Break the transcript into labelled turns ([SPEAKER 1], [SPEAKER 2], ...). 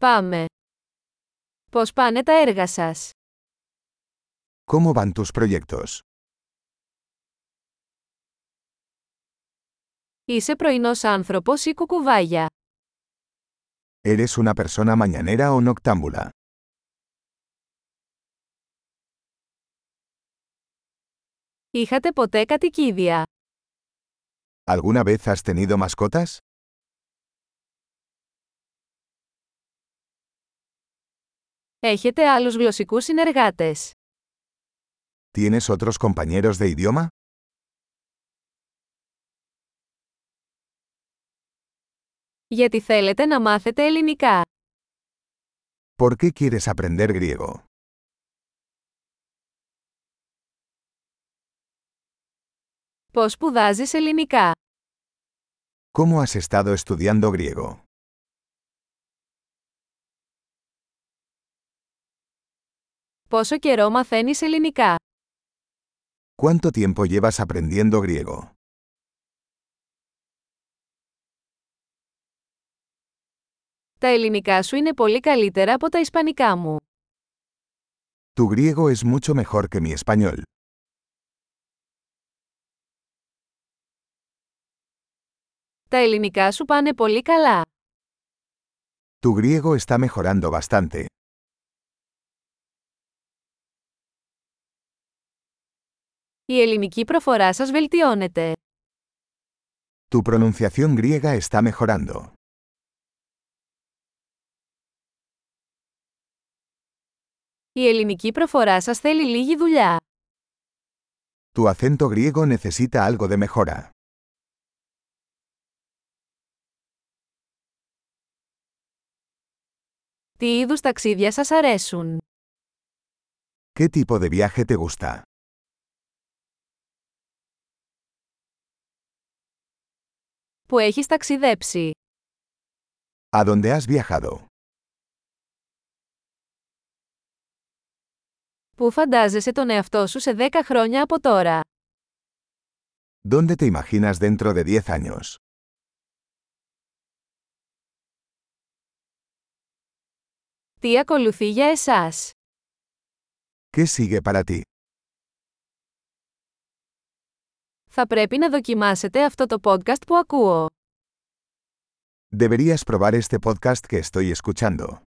[SPEAKER 1] Πάμε. Πώς πάνε τα έργα σας.
[SPEAKER 2] ¿Cómo van tus proyectos?
[SPEAKER 1] Είσαι πρωινός άνθρωπος ή κουκουβάγια.
[SPEAKER 2] ¿Eres una persona mañanera o noctámbula?
[SPEAKER 1] Είχατε ποτέ κατοικίδια.
[SPEAKER 2] ¿Alguna vez has tenido mascotas?
[SPEAKER 1] Έχετε άλλους γλωσσικούς συνεργάτες.
[SPEAKER 2] ¿Tienes otros compañeros de idioma?
[SPEAKER 1] Γιατί θέλετε να μάθετε ελληνικά.
[SPEAKER 2] ¿Por qué quieres aprender griego?
[SPEAKER 1] Πώς σπουδάζεις ελληνικά.
[SPEAKER 2] ¿Cómo has estado estudiando griego?
[SPEAKER 1] Πόσο καιρό μαθαίνεις ελληνικά.
[SPEAKER 2] ¿Cuánto tiempo llevas aprendiendo griego?
[SPEAKER 1] Τα ελληνικά σου είναι πολύ καλύτερα από τα ισπανικά μου.
[SPEAKER 2] Tu griego es mucho mejor que mi español.
[SPEAKER 1] Τα ελληνικά σου πάνε πολύ καλά.
[SPEAKER 2] Tu griego está mejorando bastante.
[SPEAKER 1] Η ελληνική προφορά σας βελτιώνεται.
[SPEAKER 2] Tu pronunciación griega está mejorando.
[SPEAKER 1] Η ελληνική προφορά σας θέλει λίγη δουλειά.
[SPEAKER 2] Tu acento griego necesita algo de mejora.
[SPEAKER 1] Τι είδους ταξίδια σας αρέσουν.
[SPEAKER 2] ¿Qué tipo de viaje te gusta?
[SPEAKER 1] Που έχεις ταξιδέψει.
[SPEAKER 2] ¿A dónde has viajado?
[SPEAKER 1] Πού φαντάζεσαι τον εαυτό σου σε 10 χρόνια από τώρα.
[SPEAKER 2] ¿Dónde te imaginas dentro de 10 años?
[SPEAKER 1] Τι ακολουθεί για εσάς.
[SPEAKER 2] ¿Qué sigue para ti?
[SPEAKER 1] Θα πρέπει να δοκιμάσετε αυτό το podcast που ακούω.
[SPEAKER 2] Deberías probar este podcast que estoy escuchando.